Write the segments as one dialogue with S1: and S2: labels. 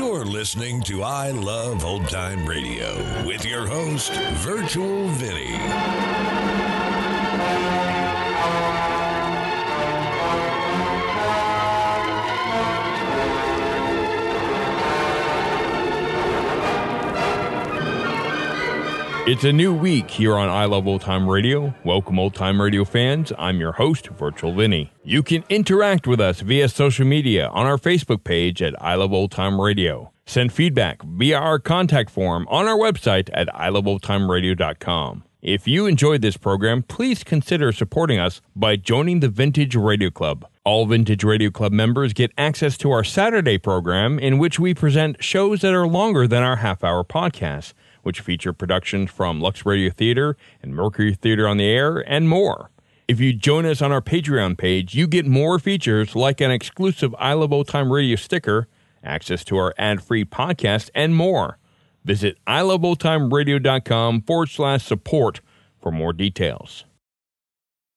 S1: listening to I Love Old Time Radio with your host, Virtual Vinny.
S2: It's a new week here on I Love Old Time Radio. Welcome, Old Time Radio fans. I'm your host, Virtual Vinny. You can interact with us via social media on our Facebook page at I Love Old Time Radio. Send feedback via our contact form on our website at iloveoldtimeradio.com. If you enjoyed this program, please consider supporting us by joining the Vintage Radio Club. All Vintage Radio Club members get access to our Saturday program, in which we present shows that are longer than our half hour podcasts which feature productions from Lux Radio Theater and Mercury Theater on the Air, and more. If you join us on our Patreon page, you get more features like an exclusive I Love Old Time Radio sticker, access to our ad free podcast, and more. Visit iloveoldtimeradio.com forward slash support for more details.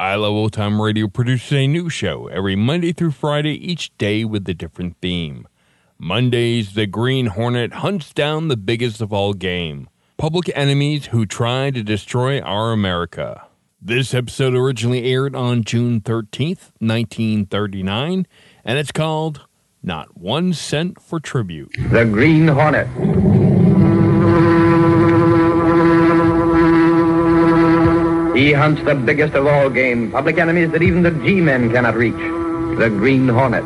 S2: I Love Old Time Radio produces a new show every Monday through Friday, each day with a different theme. Mondays, the Green Hornet hunts down the biggest of all game public enemies who try to destroy our America. This episode originally aired on June 13th, 1939, and it's called Not One Cent for Tribute.
S3: The Green Hornet. He hunts the biggest of all game, public enemies that even the G-men cannot reach. The Green Hornet.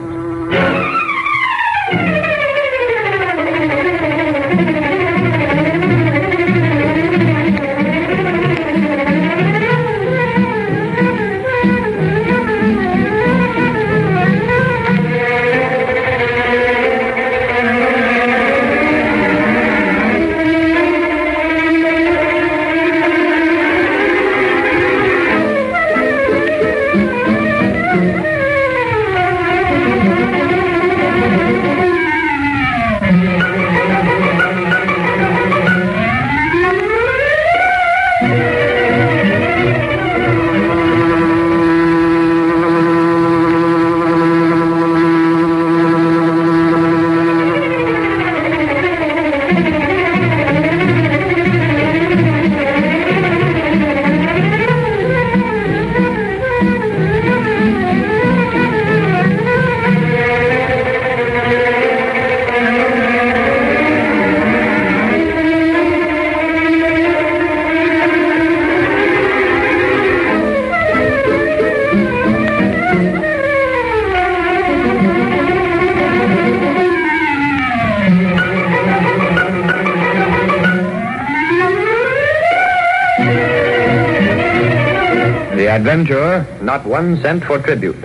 S3: The adventurer, not one cent for tribute.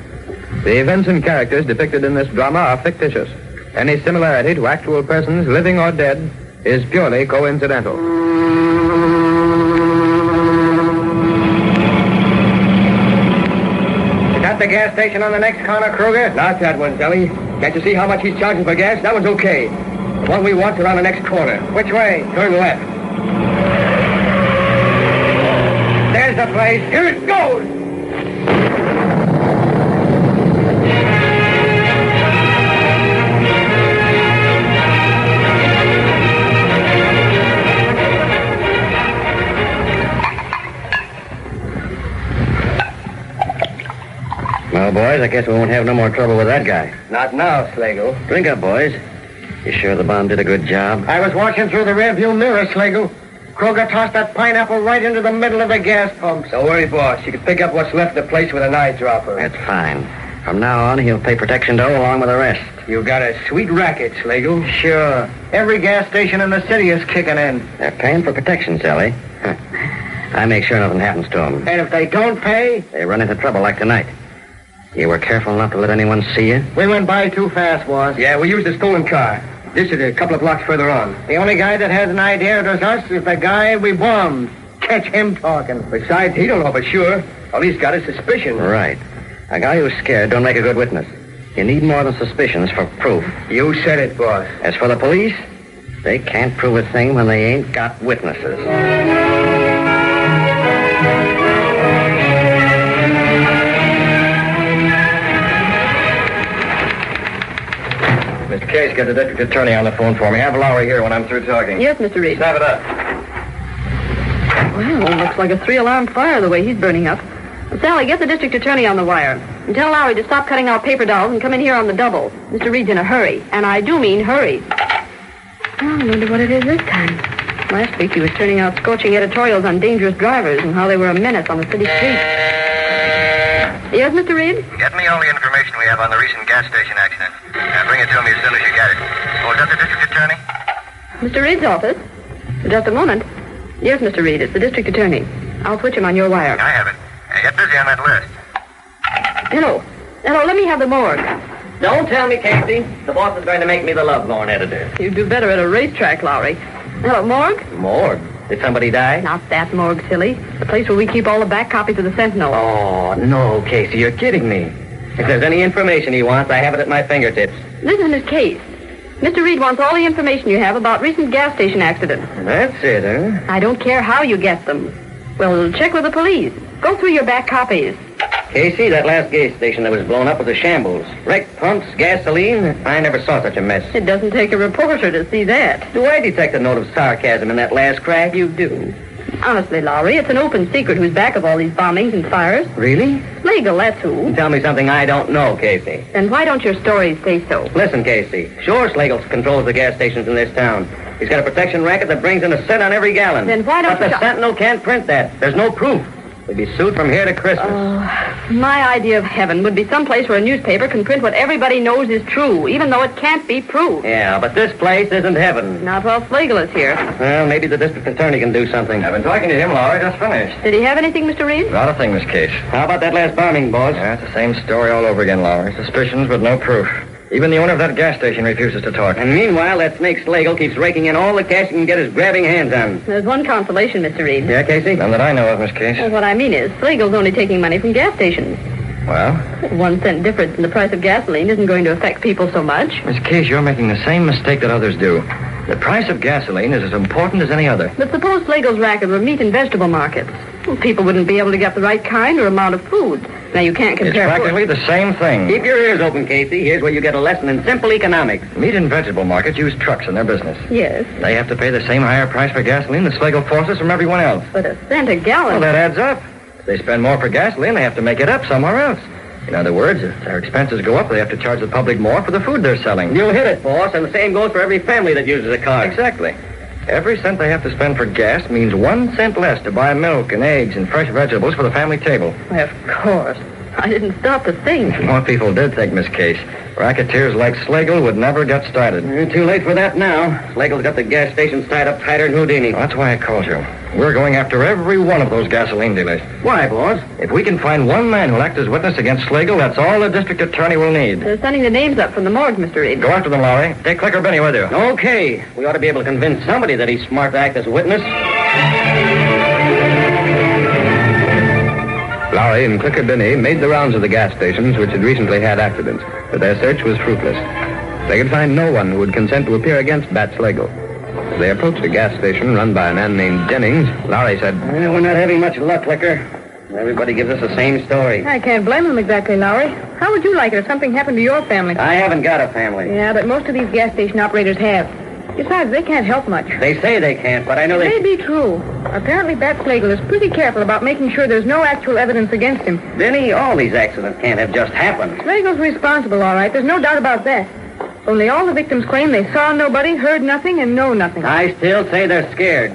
S3: The events and characters depicted in this drama are fictitious. Any similarity to actual persons, living or dead, is purely coincidental. Is that the gas station on the next corner, Kruger? Not that one, Deli. Can't you see how much he's charging for gas? That one's okay. The one we want's around the next corner. Which way? Turn left. There's the place. Here it goes.
S4: Well, boys, I guess we won't have no more trouble with that guy.
S3: Not now, Slagle.
S4: Drink up, boys. You sure the bomb did a good job?
S3: I was watching through the rearview mirror, Slagle. Kroger tossed that pineapple right into the middle of the gas pump. Don't worry, boss. You can pick up what's left of the place with an eyedropper.
S4: That's fine. From now on, he'll pay protection dough along with the rest.
S3: You got a sweet racket, Slagle.
S4: Sure.
S3: Every gas station in the city is kicking in.
S4: They're paying for protection, Sally. Huh. I make sure nothing happens to them.
S3: And if they don't pay,
S4: They run into trouble like tonight. You were careful not to let anyone see you?
S3: we went by too fast, boss. Yeah, we used a stolen car.
S4: This is a couple of blocks further on. The only guy that has an idea it was us is the guy we bombed. Catch him talking. Besides, he don't know for sure. Well, he's got a suspicion. Right. A guy who's scared don't make a good witness. You need more than suspicions for proof. You said it, boss. As for the police, they can't prove a thing when they ain't got witnesses. Mr. Case, get the district attorney on the phone for me. Have Lowry here when I'm through talking.
S5: Yes, Mr. Reed.
S4: Snap it up.
S5: Well, it looks like a three-alarm fire the way he's burning up. Sally, get the district attorney on the wire. And tell Lowry to stop cutting out paper dolls and come in here on the double. Mr. Reed's in a hurry. And I do mean hurry. Oh, I wonder what it is this time. Last week he was turning out scorching editorials on dangerous drivers and how they were a menace on the city streets. Yes, Mr. Reed?
S4: Get me all the information we have on the recent gas station accident. Now bring it to me as soon as you get it. Oh, is that the district attorney?
S5: Mr. Reed's office? Just a moment. Yes, Mr. Reed, it's the district attorney. I'll switch him on your wire.
S4: I have it. Now get busy on that list.
S5: Hello. Hello, let me have the morgue.
S4: Don't tell me, Casey. The boss is going to make me the lovelorn editor.
S5: You'd do better at a racetrack, Lowry. Hello, morgue?
S4: Morgue? Did somebody die?
S5: Not that morgue, silly. The place where we keep all the back copies of the Sentinel.
S4: Oh, no, Casey, you're kidding me. If there's any information he wants, I have it at my fingertips.
S5: This isn't his case. Mr. Reed wants all the information you have about recent gas station accidents.
S4: That's it, huh?
S5: I don't care how you get them. Well, check with the police. Go through your back copies.
S4: Casey, that last gas station that was blown up was a shambles. Wrecked pumps, gasoline. I never saw such a mess.
S5: It doesn't take a reporter to see that.
S4: Do I detect a note of sarcasm in that last crack? You do.
S5: Honestly, Lowry, it's an open secret who's back of all these bombings and fires.
S4: Really?
S5: Legal, that's who.
S4: Tell me something I don't know, Casey.
S5: Then why don't your stories say so?
S4: Listen, Casey. Sure, Slagle controls the gas stations in this town. He's got a protection racket that brings in a cent on every gallon.
S5: Then why don't
S4: But the
S5: you-
S4: Sentinel can't print that. There's no proof. We'd be sued from here to Christmas.
S5: Oh. My idea of heaven would be some place where a newspaper can print what everybody knows is true, even though it can't be proved.
S4: Yeah, but this place isn't heaven.
S5: Not while Flagel is here.
S4: Well, maybe the district attorney can do something. I've been talking to him, Laura. Just finished.
S5: Did he have anything, Mr. Reed?
S4: lot of things, Case. How about that last bombing, boss? That's the same story all over again, Laura. Suspicions, but no proof. Even the owner of that gas station refuses to talk. And meanwhile, that snake Slagle keeps raking in all the cash he can get his grabbing hands on.
S5: There's one consolation, Mr. Reed.
S4: Yeah, Casey? None that I know of, Miss Case.
S5: Well, what I mean is, Flagel's only taking money from gas stations.
S4: Well?
S5: One cent difference in the price of gasoline isn't going to affect people so much.
S4: Miss Case, you're making the same mistake that others do. The price of gasoline is as important as any other.
S5: But suppose Flagel's racket were meat and vegetable markets. Well, people wouldn't be able to get the right kind or amount of food. Now, you can't
S4: It's
S5: compare...
S4: practically the same thing. Keep your ears open, Casey. Here's where you get a lesson in simple economics. Meat and vegetable markets use trucks in their business.
S5: Yes,
S4: They have to pay the same higher price for gasoline that Slagle forces from everyone else.
S5: but a cent a
S4: Well,
S5: gallon...
S4: that adds up. If they spend more for gasoline, they have to make it up somewhere else. In other words, if their expenses go up, they have to charge the public more for the food they're selling. You hit it, boss, and the same goes for every family that uses a car. Exactly. Every cent they have to spend for gas means one cent less to buy milk and eggs and fresh vegetables for the family table.
S5: Why, of course. I didn't stop to think.
S4: More people did think, Miss Case. Racketeers like Slagle would never get started. too late for that now. Slagle's got the gas stations tied up tighter than Houdini. that's why I called you. We're going after every one of those gasoline dealers. Why, boss? If we can find one man who'll act as witness against Slagle, that's all the district attorney will need.
S5: They're sending the names up from the morgue, Mr. Reed.
S4: Go after them, Lowry. Take Clicker Benny with you. Okay. We ought to be able to convince somebody that he's smart to act as a witness.
S3: Lowry and Clicker Binney made the rounds of the gas stations which had recently had accidents, but their search was fruitless. They could find no one who would consent to appear against Bat Slagle. As they approached a gas station run by a man named Jennings, Lowry said,
S4: Eh, we're not having much luck, Clicker. Everybody gives us the same story.
S5: I can't blame them exactly, Lowry. How would you like it if something happened to your family?
S4: I haven't got a family.
S5: Yeah, but most of these gas station operators have. Besides, they can't help much.
S4: They say they can't, but I know
S5: It may be true. Apparently, Bat Flagel is pretty careful about making sure there's no actual evidence against him.
S4: Benny, all these accidents can't have just happened.
S5: Flagel's responsible, all right. There's no doubt about that. Only all the victims claim they saw nobody, heard nothing, and know nothing.
S4: I still say they're scared.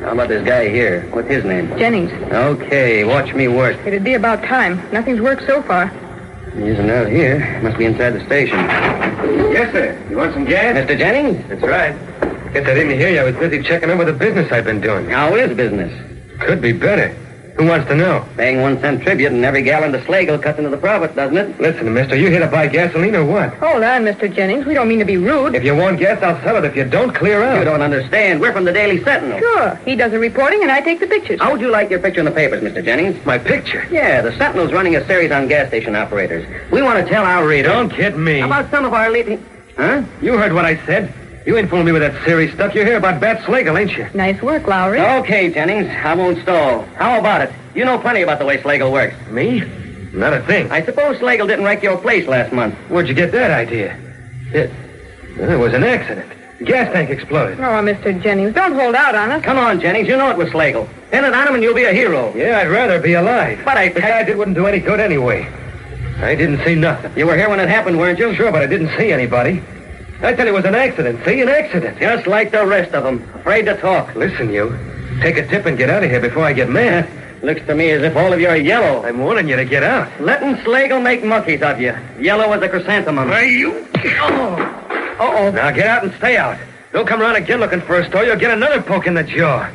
S4: How about this guy here? What's his name?
S5: Jennings,
S4: Okay, watch me work.
S5: it'd be about time. Nothing's worked so far.
S4: He isn't out here. Must be inside the station. Yes, sir. You want some gas? Mr. Jennings? That's right. Guess I didn't hear you. I was busy checking over the business I've been doing. How is business? Could be better. Who wants to know? Paying one cent tribute and every gallon to Slagle cuts into the profit, doesn't it? Listen, mister, you here to buy gasoline or what?
S5: Hold on, Mr. Jennings. We don't mean to be rude.
S4: If you want gas, I'll sell it. If you don't, clear out. You don't understand. We're from the Daily Sentinel.
S5: Sure. He does the reporting and I take the pictures.
S4: How would you like your picture in the papers, Mr. Jennings? My picture? Yeah, the Sentinel's running a series on gas station operators. We want to tell our readers. Don't kid me. About some of our leading. Huh? You heard what I said. You ain't fooling me with that serious stuff. You hear about Bat Slagle, ain't you?
S5: Nice work, Lowry.
S4: Okay, Jennings. I won't stall. How about it? You know plenty about the way Slagle works. Me? Not a thing. I suppose Slagle didn't wreck your place last month. Where'd you get that idea? It, it was an accident. Gas tank exploded.
S5: Oh, Mr. Jennings, don't hold out on us.
S4: Come on, Jennings. You know it was Slagle. Pin it on him and you'll be a hero. Yeah, I'd rather be alive. But I... Besides, it wouldn't do any good anyway. I didn't see nothing. You were here when it happened, weren't you? Sure, but I didn't see anybody. I tell you, it was an accident. See, an accident. Just like the rest of them. Afraid to talk. Listen, you. Take a tip and get out of here before I get mad. Looks to me as if all of you are yellow. I'm warning you to get out. Letting Slagle make monkeys of you. Yellow as a chrysanthemum. Are you? Oh. Uh-oh. Now get out and stay out. Don't come around again looking for a store. You'll get another poke in the jaw.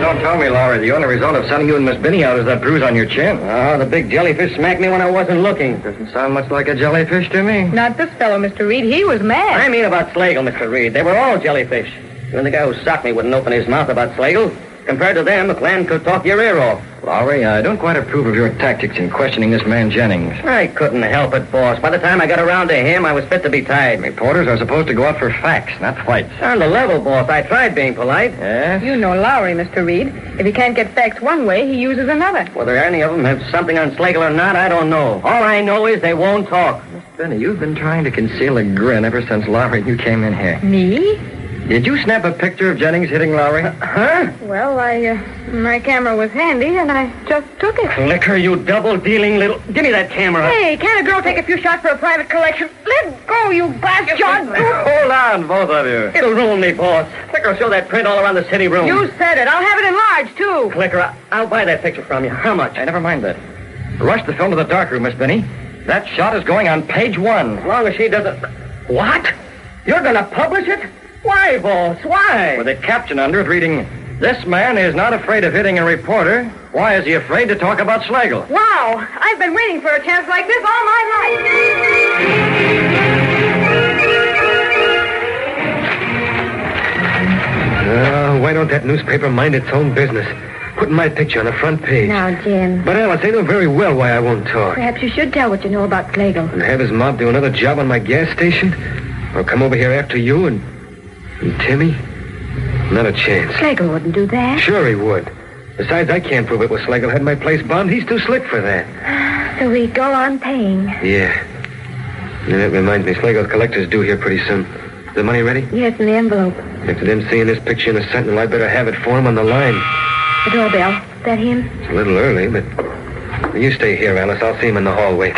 S4: Don't tell me, Laura. The only result of sending you and Miss Binny out is that bruise on your chin. Oh, the big jellyfish smacked me when I wasn't looking. Doesn't sound much like a jellyfish to me.
S5: Not this fellow, Mr. Reed. He was mad.
S4: I mean about Slagle, Mr. Reed. They were all jellyfish. Even the guy who socked me wouldn't open his mouth about Slagle. Compared to them, McLan could talk your ear off. Lowry, I don't quite approve of your tactics in questioning this man Jennings. I couldn't help it, boss. By the time I got around to him, I was fit to be tied. Reporters are supposed to go out for facts, not fights. On the level, boss. I tried being polite. Yes?
S5: You know Lowry, Mr. Reed. If he can't get facts one way, he uses another.
S4: Whether any of them have something on Slagle or not, I don't know. All I know is they won't talk. Miss Benny, you've been trying to conceal a grin ever since Lowry and you came in here.
S5: Me?
S4: Did you snap a picture of Jennings hitting Lowry? huh?
S5: Well, I, uh, my camera was handy, and I just took it.
S4: Liquor, you double-dealing little... Give me that camera.
S5: Hey, can a girl take a few shots for a private collection? Let go, you bastard!
S4: Uh, Hold on, both of you. It'll ruin me, boss. Liquor, show that print all around the city room.
S5: You said it. I'll have it enlarged, too.
S4: Liquor, I- I'll buy that picture from you. How much? I never mind that. Rush the film to the darkroom, Miss Benny. That shot is going on page one. As long as she doesn't... What? You're going to publish it? Why, boss? Why? With a caption under it reading, This man is not afraid of hitting a reporter. Why is he afraid to talk about Slagle?
S5: Wow, I've been waiting for a chance like this all my life.
S4: Uh, why don't that newspaper mind its own business? Putting my picture on the front page.
S5: Now, Jim,
S4: But Alice, I know very well why I won't talk.
S5: perhaps you should tell what you know about Slagle.
S4: And have his mob do another job on my gas station? Or come over here after you and, and Timmy? Not a chance.
S5: Slagle wouldn't do that.
S4: Sure he would. Besides, I can't prove it was Slagle had my place bombed. He's too slick for that.
S5: So we go on paying.
S4: Yeah. Yeah, that reminds me, Slagle's collectors due here pretty soon. Is the money ready?
S5: Yes, in the envelope.
S4: After them seeing this picture in the Sentinel, I better have it for him on the line.
S5: The doorbell. Is that him?
S4: It's a little early, but... You stay here, Alice. I'll see him in the hallway.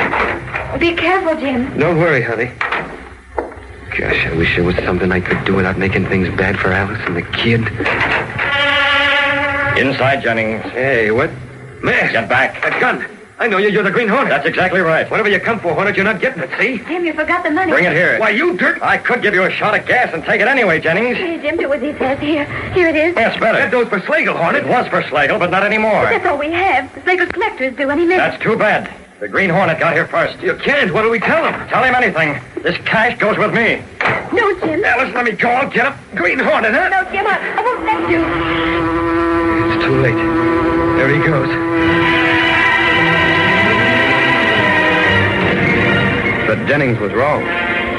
S5: Be careful, Jim.
S4: Don't worry, honey. Gosh, I wish there was something I could do without making things bad for Alice and the kid. Inside, Jennings. Hey, what? Mask. Get back. That gun. I know you. You're the Green Hornet. That's exactly right. Whatever you come for, Hornet, you're not getting it, see?
S5: Jim, you forgot the money.
S4: Bring it here. Why, you dirt... I could give you a shot of gas and take it anyway, Jennings.
S5: Here, Jim, do as he says. Here, here it is.
S4: Yes, better. That goes for Slagle, Hornet. It was for Slagle, but not anymore.
S5: That's all we have. The Slagle's collectors do any minute.
S4: That's too bad. The Green Hornet got here first. You can't. What do we tell him? Tell him anything. This cash goes with me.
S5: No, Jim.
S4: Alice, let me go. I'll get up. Green Hornet, huh?
S5: No, Jim, I, I won't let you.
S4: It's too late. There he goes. But Jennings was wrong.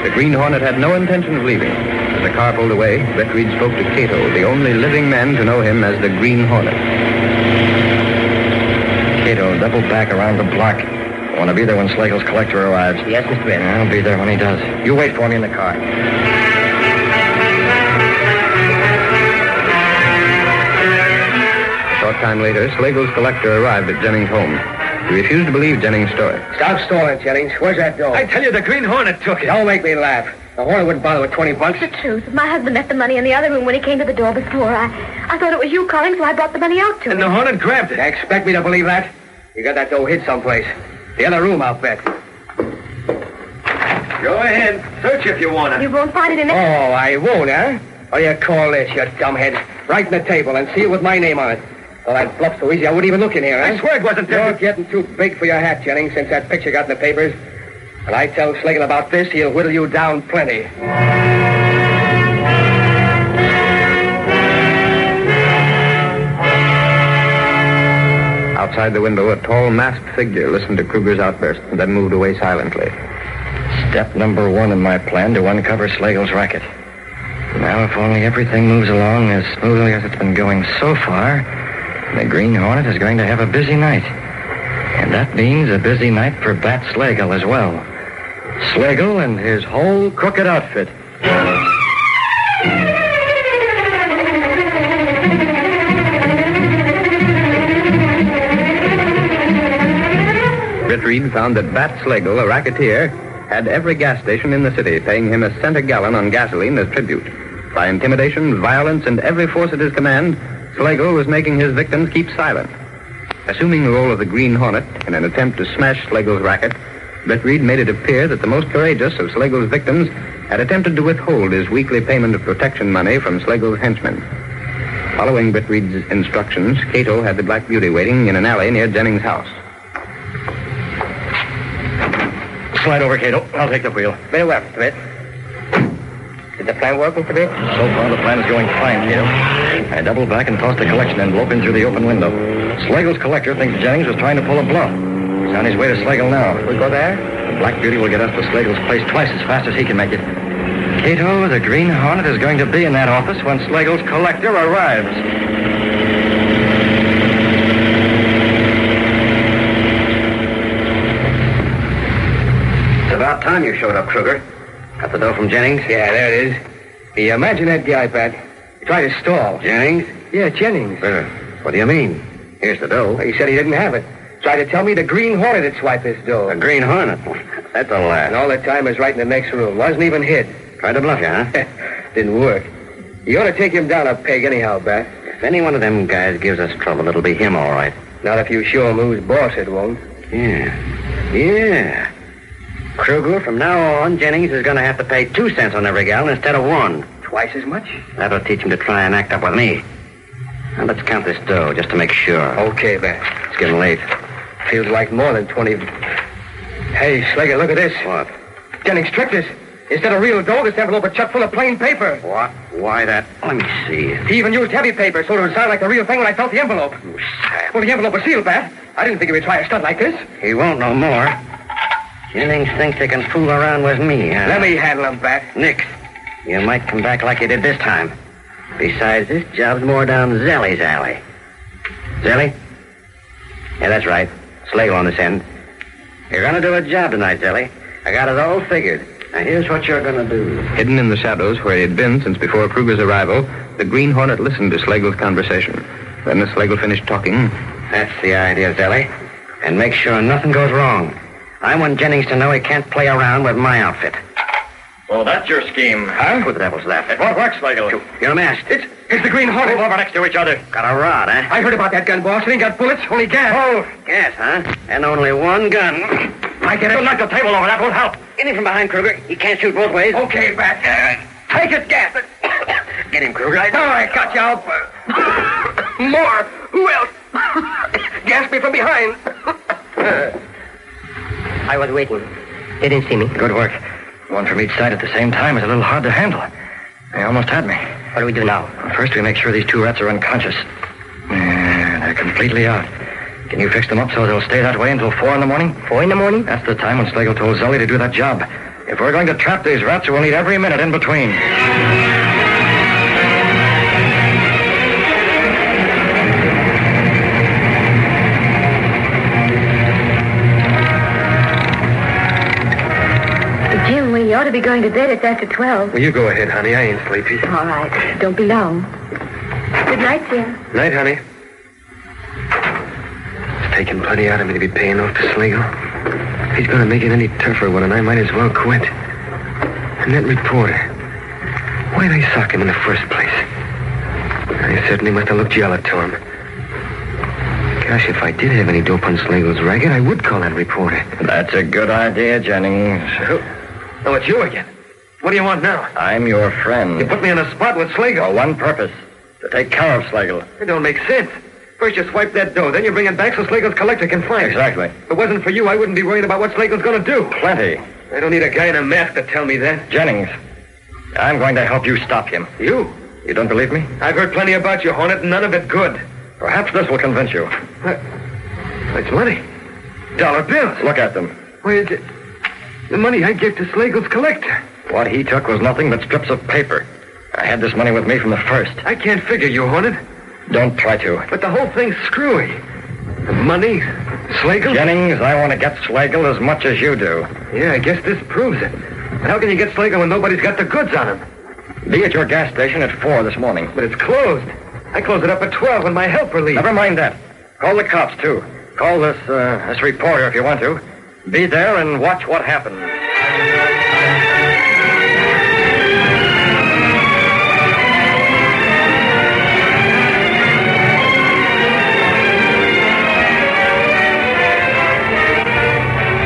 S4: The Green Hornet had no intention of leaving. As the car pulled away, Brett Reed spoke to Cato, the only living man to know him as the Green Hornet. Cato, double back around the block. I want to be there when Slagle's collector arrives. Yes, Mr. Brett. I'll be there when he does. You wait for me in the car. A short time later, Slagle's collector arrived at Jennings' home. He refused to believe Jennings' story.
S6: Stop stalling, Jennings. Where's that door?
S4: tell you, the Green Hornet took it.
S6: Don't make me laugh. The hornet wouldn't bother with 20 bucks.
S5: The truth. My husband left the money in the other room when he came to the door before. I, I thought it was you calling, so I brought the money out to him.
S4: the Hornet grabbed
S6: You expect me to believe that? You got that door hid someplace. The other room, I'll bet.
S4: Go ahead. Search if you want
S5: You won't find it in
S6: Oh, I won't, huh? What do you call this, you dumbhead? Right in the table and seal with my name on it. Well, that bluff so easy I wouldn't even look in here, eh?
S4: I swear it wasn't there.
S6: You're getting too big for your hat, Jennings, since that picture got in the papers. When I tell Schlegel about this, he'll whittle you down plenty.
S3: Outside the window, a tall, masked figure listened to Kruger's outburst and then moved away silently.
S4: Step number one in my plan to uncover Slagle's racket. Now, if only everything moves along as smoothly as it's been going so far, the Green Hornet is going to have a busy night. And that means a busy night for Bat Slagle as well. Slagle and his whole crooked outfit.
S3: Britt Reed found that Bat Slagle, a racketeer, had every gas station in the city paying him a cent a gallon on gasoline as tribute. By intimidation, violence, and every force at his command, Slagle was making his victims keep silent. Assuming the role of the Green Hornet in an attempt to smash Slagle's racket, Britt Reed made it appear that the most courageous of Slagle's victims had attempted to withhold his weekly payment of protection money from Slagle's henchmen. Following Britt Reed's instructions, Cato had the Black Beauty waiting in an alley near Jennings' house.
S4: Slide over, Cato. I'll take the wheel.
S6: Very well, Mr. Bitt. Did the plan work, Mr. Bitt?
S4: So far, the plan is going fine, Cato. I doubled back and tossed a collection envelope in through the open window. Slagle's collector thinks Jennings was trying to pull a bluff. He's on his way to Slagle now.
S6: We go there?
S4: The Black Beauty will get us to Slagle's place twice as fast as he can make it. Cato, the Green Hornet is going to be in that office when Slagle's collector arrives.
S6: It's about time you showed up, Kruger. Got the dough from Jennings? Yeah, there it is. uh, Hey, imagine that guy, Pat. He tried to stall. Jennings? Yeah, Jennings.
S4: Uh,
S6: what do you mean? Here's the dough. He said he didn't have it. Tried to tell me the Green Hornet had swiped this dough.
S4: The Green Hornet? That's a
S6: And
S4: laugh.
S6: all the time is right in the next room. Wasn't even hid.
S4: Tried to bluff you, huh?
S6: Didn't work. You ought to take him down a peg anyhow, Bat.
S4: If any one of them guys gives us trouble, it'll be him, all right.
S6: Not if you show him who's boss, it won't.
S4: Yeah. Yeah. Kruger, from now on, Jennings is going to have to pay two cents on every gallon instead of one.
S6: Twice as much?
S4: That'll teach him to try and act up with me. Now, let's count this dough just to make sure.
S6: Okay, Bat.
S4: It's getting late.
S6: Feels like more than 20. Hey, Slager, look at this.
S4: What?
S6: Jennings tricked us. Instead of real dough, this envelope was chucked full of plain paper.
S4: What? Why that? Let me see.
S6: He even used heavy paper so it would sound like the real thing when I felt the envelope.
S4: You sap.
S6: Well, the envelope was sealed, Bat. I didn't think he would try a stunt like this.
S4: He won't no more. Jennings thinks he can fool around with me, huh?
S6: Let me handle him, Bat.
S4: Nix. You might come back like you did this time. Besides, this job's more down Zelly's alley. Zelly? Yeah, that's right. Slagle on this end. You're gonna do a job tonight, Zelly. I got it all figured. Now here's what you're gonna do.
S3: Hidden in the shadows where he had been since before Kruger's arrival, the Green Hornet listened to Slagle's conversation. Then, as Slagle finished talking,
S4: That's the idea, Zelly. And make sure nothing goes wrong. I want Jennings to know he can't play around with my outfit.
S7: Oh, that's your scheme.
S4: Huh? Who the devil's that? It
S7: What works, Slagle?
S4: You're masked. It's
S6: It's the Green Hornet.
S7: Over next to each other.
S4: got a rod, huh?
S6: I heard about that gun, boss. It ain't got bullets, only gas. eh? Oh,
S4: Yes, huh? And only one gun.
S6: I get it. Don't knock the table over. That won't help.
S4: Get him from behind, Kruger. He can't shoot both ways.
S6: Okay, Bat. Take it, gas.
S4: Get him, Kruger.
S6: All right, got you. I'll... More. Who else? Gas me from behind.
S4: I was waiting. They didn't see me. Good work. One from each side at the same time is a little hard to handle. They almost had me. What do we do now? First, we make sure these two rats are unconscious. Yeah, they're completely out. Can you fix them up so they'll stay that way until four in the morning? Four in the morning? That's the time when Slagle told Zully to do that job. If we're going to trap these rats, we'll need every minute in between.
S5: Jim, we ought to be going to bed. It's after 12.
S4: Well, you go ahead, honey. I ain't sleepy.
S5: All right. Don't be long. Good night, Jim.
S4: Night, honey. It's taking plenty out of me to be paying off to Slagle. If he's going to make it any tougher with it, I might as well quit. And that reporter. Why did I sock him in the first place? I certainly must have looked yellow to him. Gosh, if I did have any dope on Slagle's racket, I would call that reporter. That's a good idea, Jennings. Oh, it's you again. What do you want now? I'm your friend. You put me in a spot with Slagle. For one purpose to take care of Slagle.
S6: It don't make sense. First you swipe that dough, then you bring it back so Slagle's collector can find it.
S4: Exactly.
S6: If it wasn't for you, I wouldn't be worried about what Slagle's gonna do.
S4: Plenty.
S6: I don't need a guy in a mask to tell me that.
S4: Jennings, I'm going to help you stop him.
S6: You?
S4: You don't believe me?
S6: I've heard plenty about you, Hornet, and none of it good.
S4: Perhaps this will convince you.
S6: It's money. Dollar bills.
S4: Look at them.
S6: Where's it? The money I gave to Slagle's collector.
S4: What he took was nothing but strips of paper. I had this money with me from the first.
S6: I can't figure you, Hornet,
S4: Don't try to.
S6: but the whole thing's screwy. The money, Slagle?
S4: Jennings, I want to get Slagle as much as you do.
S6: Yeah, I guess this proves it. But how can you get Slagle when nobody's got the goods on him?
S4: Be at your gas station at four this morning.
S6: But it's closed. I closed it up at 12 when my helper leaves.
S4: Never mind that. Call the cops, too. Call this, uh, this reporter if you want to. Be there and watch what happens.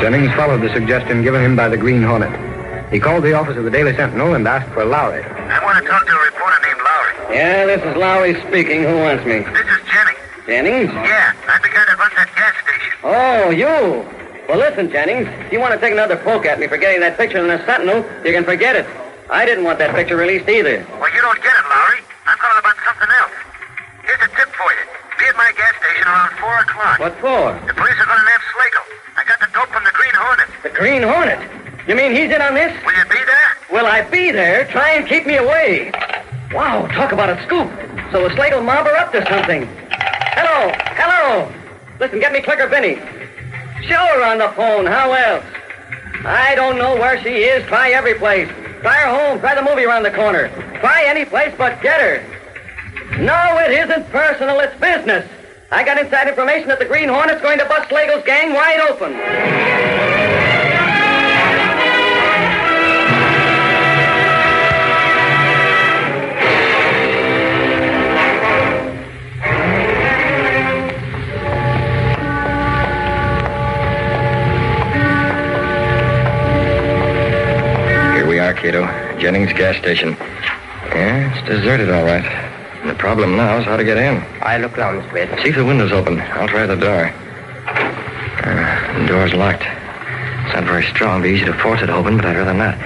S8: Jennings followed the suggestion given him by the Green Hornet. He called the office of the Daily Sentinel and asked for Lowry.
S9: I want to talk to a reporter named Lowry.
S6: Yeah, this is Lowry speaking. Who wants me?
S9: This is Jennings.
S6: Jennings?
S9: Yeah, I'm the guy that runs that gas station.
S6: Oh, you. Well, listen, Jennings. If you want to take another poke at me for getting that picture in the Sentinel, you can forget it. I didn't want that picture released either.
S9: Well, you don't get it, Lowry. I'm calling about something else. Here's a tip for you. Be at my gas station around 4 o'clock.
S6: What for?
S9: The police are going to nab Slagle. I got the dope from the Green Hornet.
S6: The Green Hornet. You mean he's in on this?
S9: Will you be there?
S6: Will I be there? Try and keep me away. Wow, talk about a scoop. So the Slagle mob are up to something. Hello, hello. Listen, get me Clicker Benny. Show her on the phone. How else? I don't know where she is. Try every place. Try her home. Try the movie around the corner. Try any place but get her. No, it isn't personal. It's business. I got inside information that the Green Hornet's going to bust Slagle's gang wide open.
S4: Here we are, Cato. Jennings gas station. Yeah, it's deserted, all right. And the problem now is how to get in.
S6: I look down, Mr. Wade.
S4: See if the window's open. I'll try the door. Uh, the door's locked. It's not very strong. It'd be easy to force it open, but I'd rather not.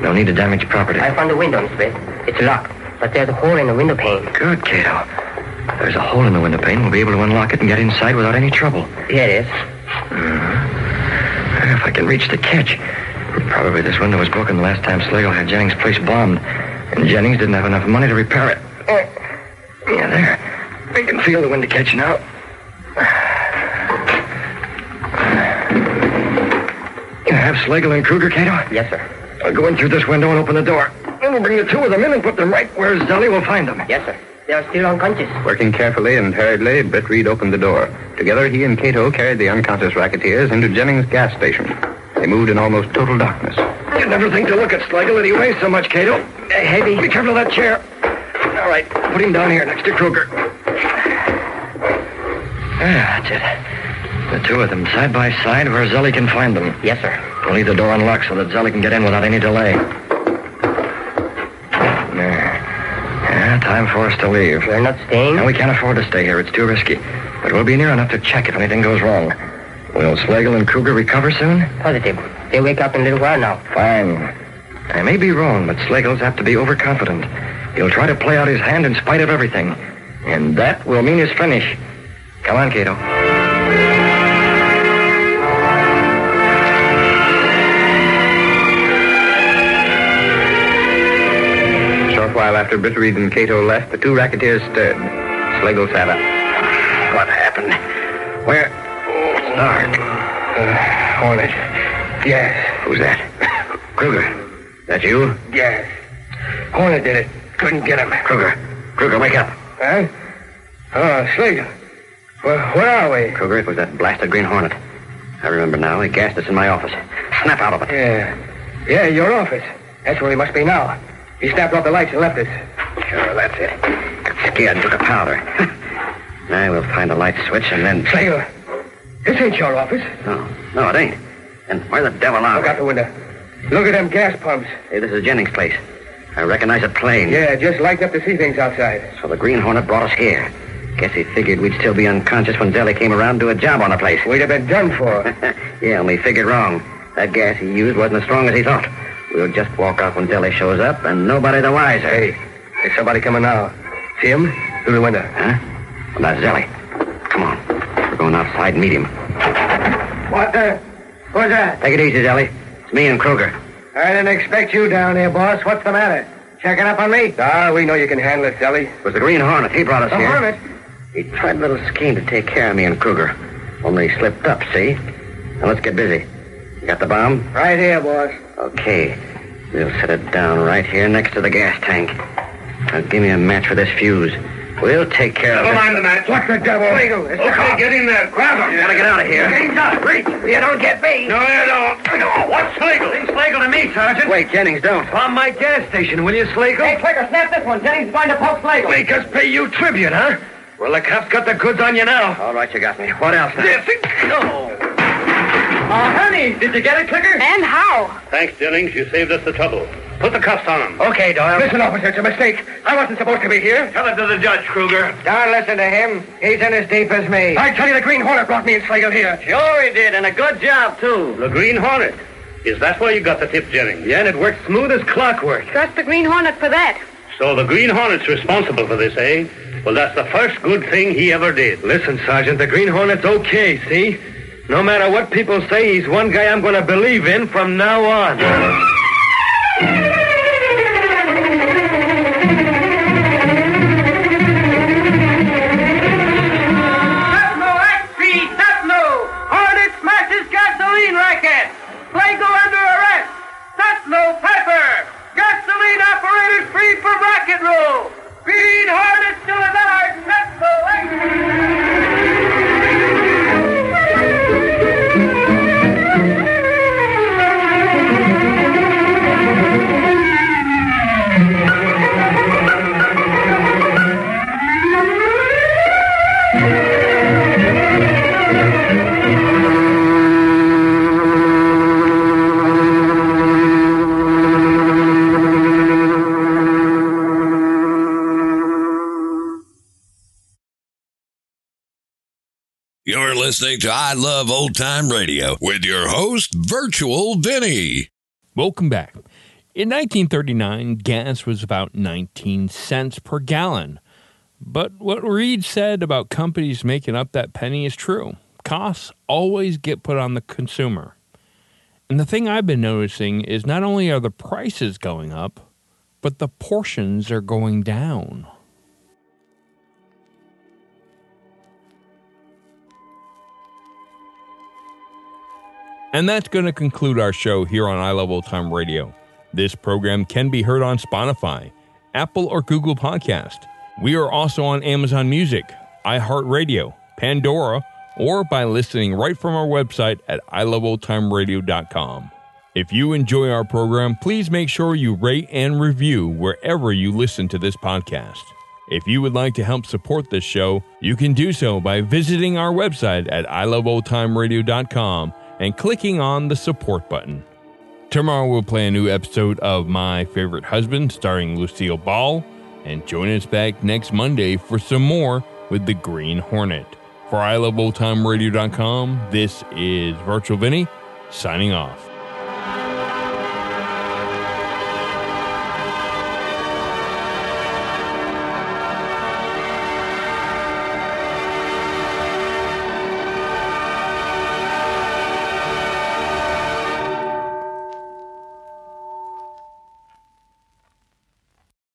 S4: No need to damage property.
S6: found the window, Miss Wade. It's locked, but there's a hole in the window pane.
S4: Good, Cato. There's a hole in the window pane. We'll be able to unlock it and get inside without any trouble. Uh-huh.
S6: Here it is.
S4: If I can reach the catch. Probably this window was broken the last time Slagle had Jennings' place bombed. And Jennings didn't have enough money to repair it. Oh, Yeah, there. I can feel the window catch now. You have Slagle and Kruger, Cato?
S6: Yes, sir.
S4: I'll go in through this window and open the door. Then we'll bring the two of them in and put them right where Zelly will find them.
S6: Yes, sir. They are still unconscious.
S8: Working carefully and hurriedly, Britt Reed opened the door. Together, he and Cato carried the unconscious racketeers into Jennings' gas station. They moved in almost total darkness.
S4: You'd never think to look at Slagle that he weighs so much, Cato.
S6: Uh,
S4: Hey, heavy. Be careful of that chair. All right, put him down here next to Kruger. Ah, that's it. The two of them, side by side, where Zelly can find them.
S6: Yes, sir.
S4: We'll leave the door unlocked so that Zelly can get in without any delay. There. Yeah, time for us to leave.
S6: We're not staying?
S4: No, we can't afford to stay here. It's too risky. But we'll be near enough to check if anything goes wrong. Will Slagle and Kruger recover soon?
S6: Positive. They wake up in a little while now.
S4: Fine. I may be wrong, but Slagle's apt to be overconfident. He'll try to play out his hand in spite of everything. And that will mean his finish. Come on, Cato.
S8: A short while after Britt Reed and Cato left, the two racketeers stirred. Slagle sat up.
S4: What happened? Where? Oh, it's dark. Uh, Hornet. Yes. Who's that? Kruger. That you?
S6: Yes.
S4: Hornet did it. Couldn't get him. Kruger. Kruger, wake up.
S6: Huh? Oh, Slagle. Well, where are we?
S4: Kruger, it was that blasted Green Hornet. I remember now. He gassed us in my office. Snap out of it.
S6: Yeah. Yeah, your office. That's where we must be now. He snapped off the lights and left us.
S4: Sure, that's it. Got scared and took a powder. now we'll find a light switch and then.
S6: Slagle, this ain't your office.
S4: No, no, it ain't. And where the devil are
S6: Look out
S4: we?
S6: the window.
S4: Look at them gas pumps.
S6: Hey, this is Jennings' place. I recognize a plane.
S4: Yeah, just like up to see things outside.
S6: So the Green Hornet brought us here. Guess he figured we'd still be unconscious when Deli came around to do a job on the place.
S4: We'd have been done for.
S6: yeah, and we figured wrong. That gas he used wasn't as strong as he thought. We'll just walk out when Deli shows up, and nobody the wiser.
S4: Hey, there's somebody coming now. See him? Through the window.
S6: Huh? Well, that's Deli. Come on. We're going outside and meet him.
S4: What the? Who's that?
S6: Take it easy, Deli. It's me and Kruger.
S4: I didn't expect you down here, boss. What's the matter? Checking up on me? Ah, we know you can handle it, Sally.
S6: It was the Green Hornet. He brought us
S4: The
S6: here.
S4: Hornet?
S6: He tried a little scheme to take care of me and Kruger. Only he slipped up, see? Now let's get busy. You got the bomb?
S4: Right here, boss.
S6: Okay. We'll set it down right here next to the gas tank. Now give me a match for this fuse. We'll take care of it.
S10: the match.
S4: What the devil?
S10: Okay, get in there. Grab him.
S6: You gotta get out of here.
S10: Game's up. Reach. You don't get me. No, you don't. No, what's legal? It's legal to me, Sergeant.
S6: Wait, Jennings, don't.
S4: Bomb my gas station, will you, Slagle? Hey, Clicker, snap this one. Jennings is going to poke Slagle.
S10: Make us pay you tribute, huh? Well, the cops got the goods on you now.
S6: All right, you got me. What else? Now?
S10: Yes, it-
S4: Oh.
S10: no.
S4: Uh, honey, did you get it, Clicker?
S5: And how?
S7: Thanks, Jennings. You saved us the trouble. Put the cuffs on him.
S4: Okay, Doyle. Listen, officer, it's a mistake. I wasn't supposed to be here.
S7: Tell it to the judge, Kruger.
S4: Don't listen to him. He's in as deep as me. I tell you, the Green Hornet brought me and Slagle here.
S10: Sure he did, and a good job, too. The Green Hornet. Is that where you got the tip, Jennings? Yeah, and it worked smooth as clockwork.
S5: Trust the Green Hornet for that.
S7: So the Green Hornet's responsible for this, eh? Well, that's the first good thing he ever did.
S4: Listen, Sergeant, the Green Hornet's okay, see? No matter what people say, he's one guy I'm going to believe in from now on.
S10: Not no Axie, not no. Hornet smashes gasoline racket. Flago under arrest. Not no Pepper. Gasoline operator free for racket rule. Green Hornet to another. Not no
S1: You're listening to I Love Old Time Radio with your host, Virtual Vinny.
S2: Welcome back. In 1939, gas was about 19 cents per gallon. But what Reed said about companies making up that penny is true. Costs always get put on the consumer. And the thing I've been noticing is not only are the prices going up, but the portions are going down. And that's going to conclude our show here on Eye Level Time Radio. This program can be heard on Spotify, Apple or Google Podcast. We are also on Amazon Music, iHeartRadio, Pandora, or by listening right from our website at iloveoldtimeradio.com. If you enjoy our program, please make sure you rate and review wherever you listen to this podcast. If you would like to help support this show, you can do so by visiting our website at iloveoldtimeradio.com and clicking on the support button. Tomorrow we'll play a new episode of My Favorite Husband starring Lucille Ball and join us back next Monday for some more with the Green Hornet. For iloveoldtimeradio.com, this is Virtual Vinny signing off.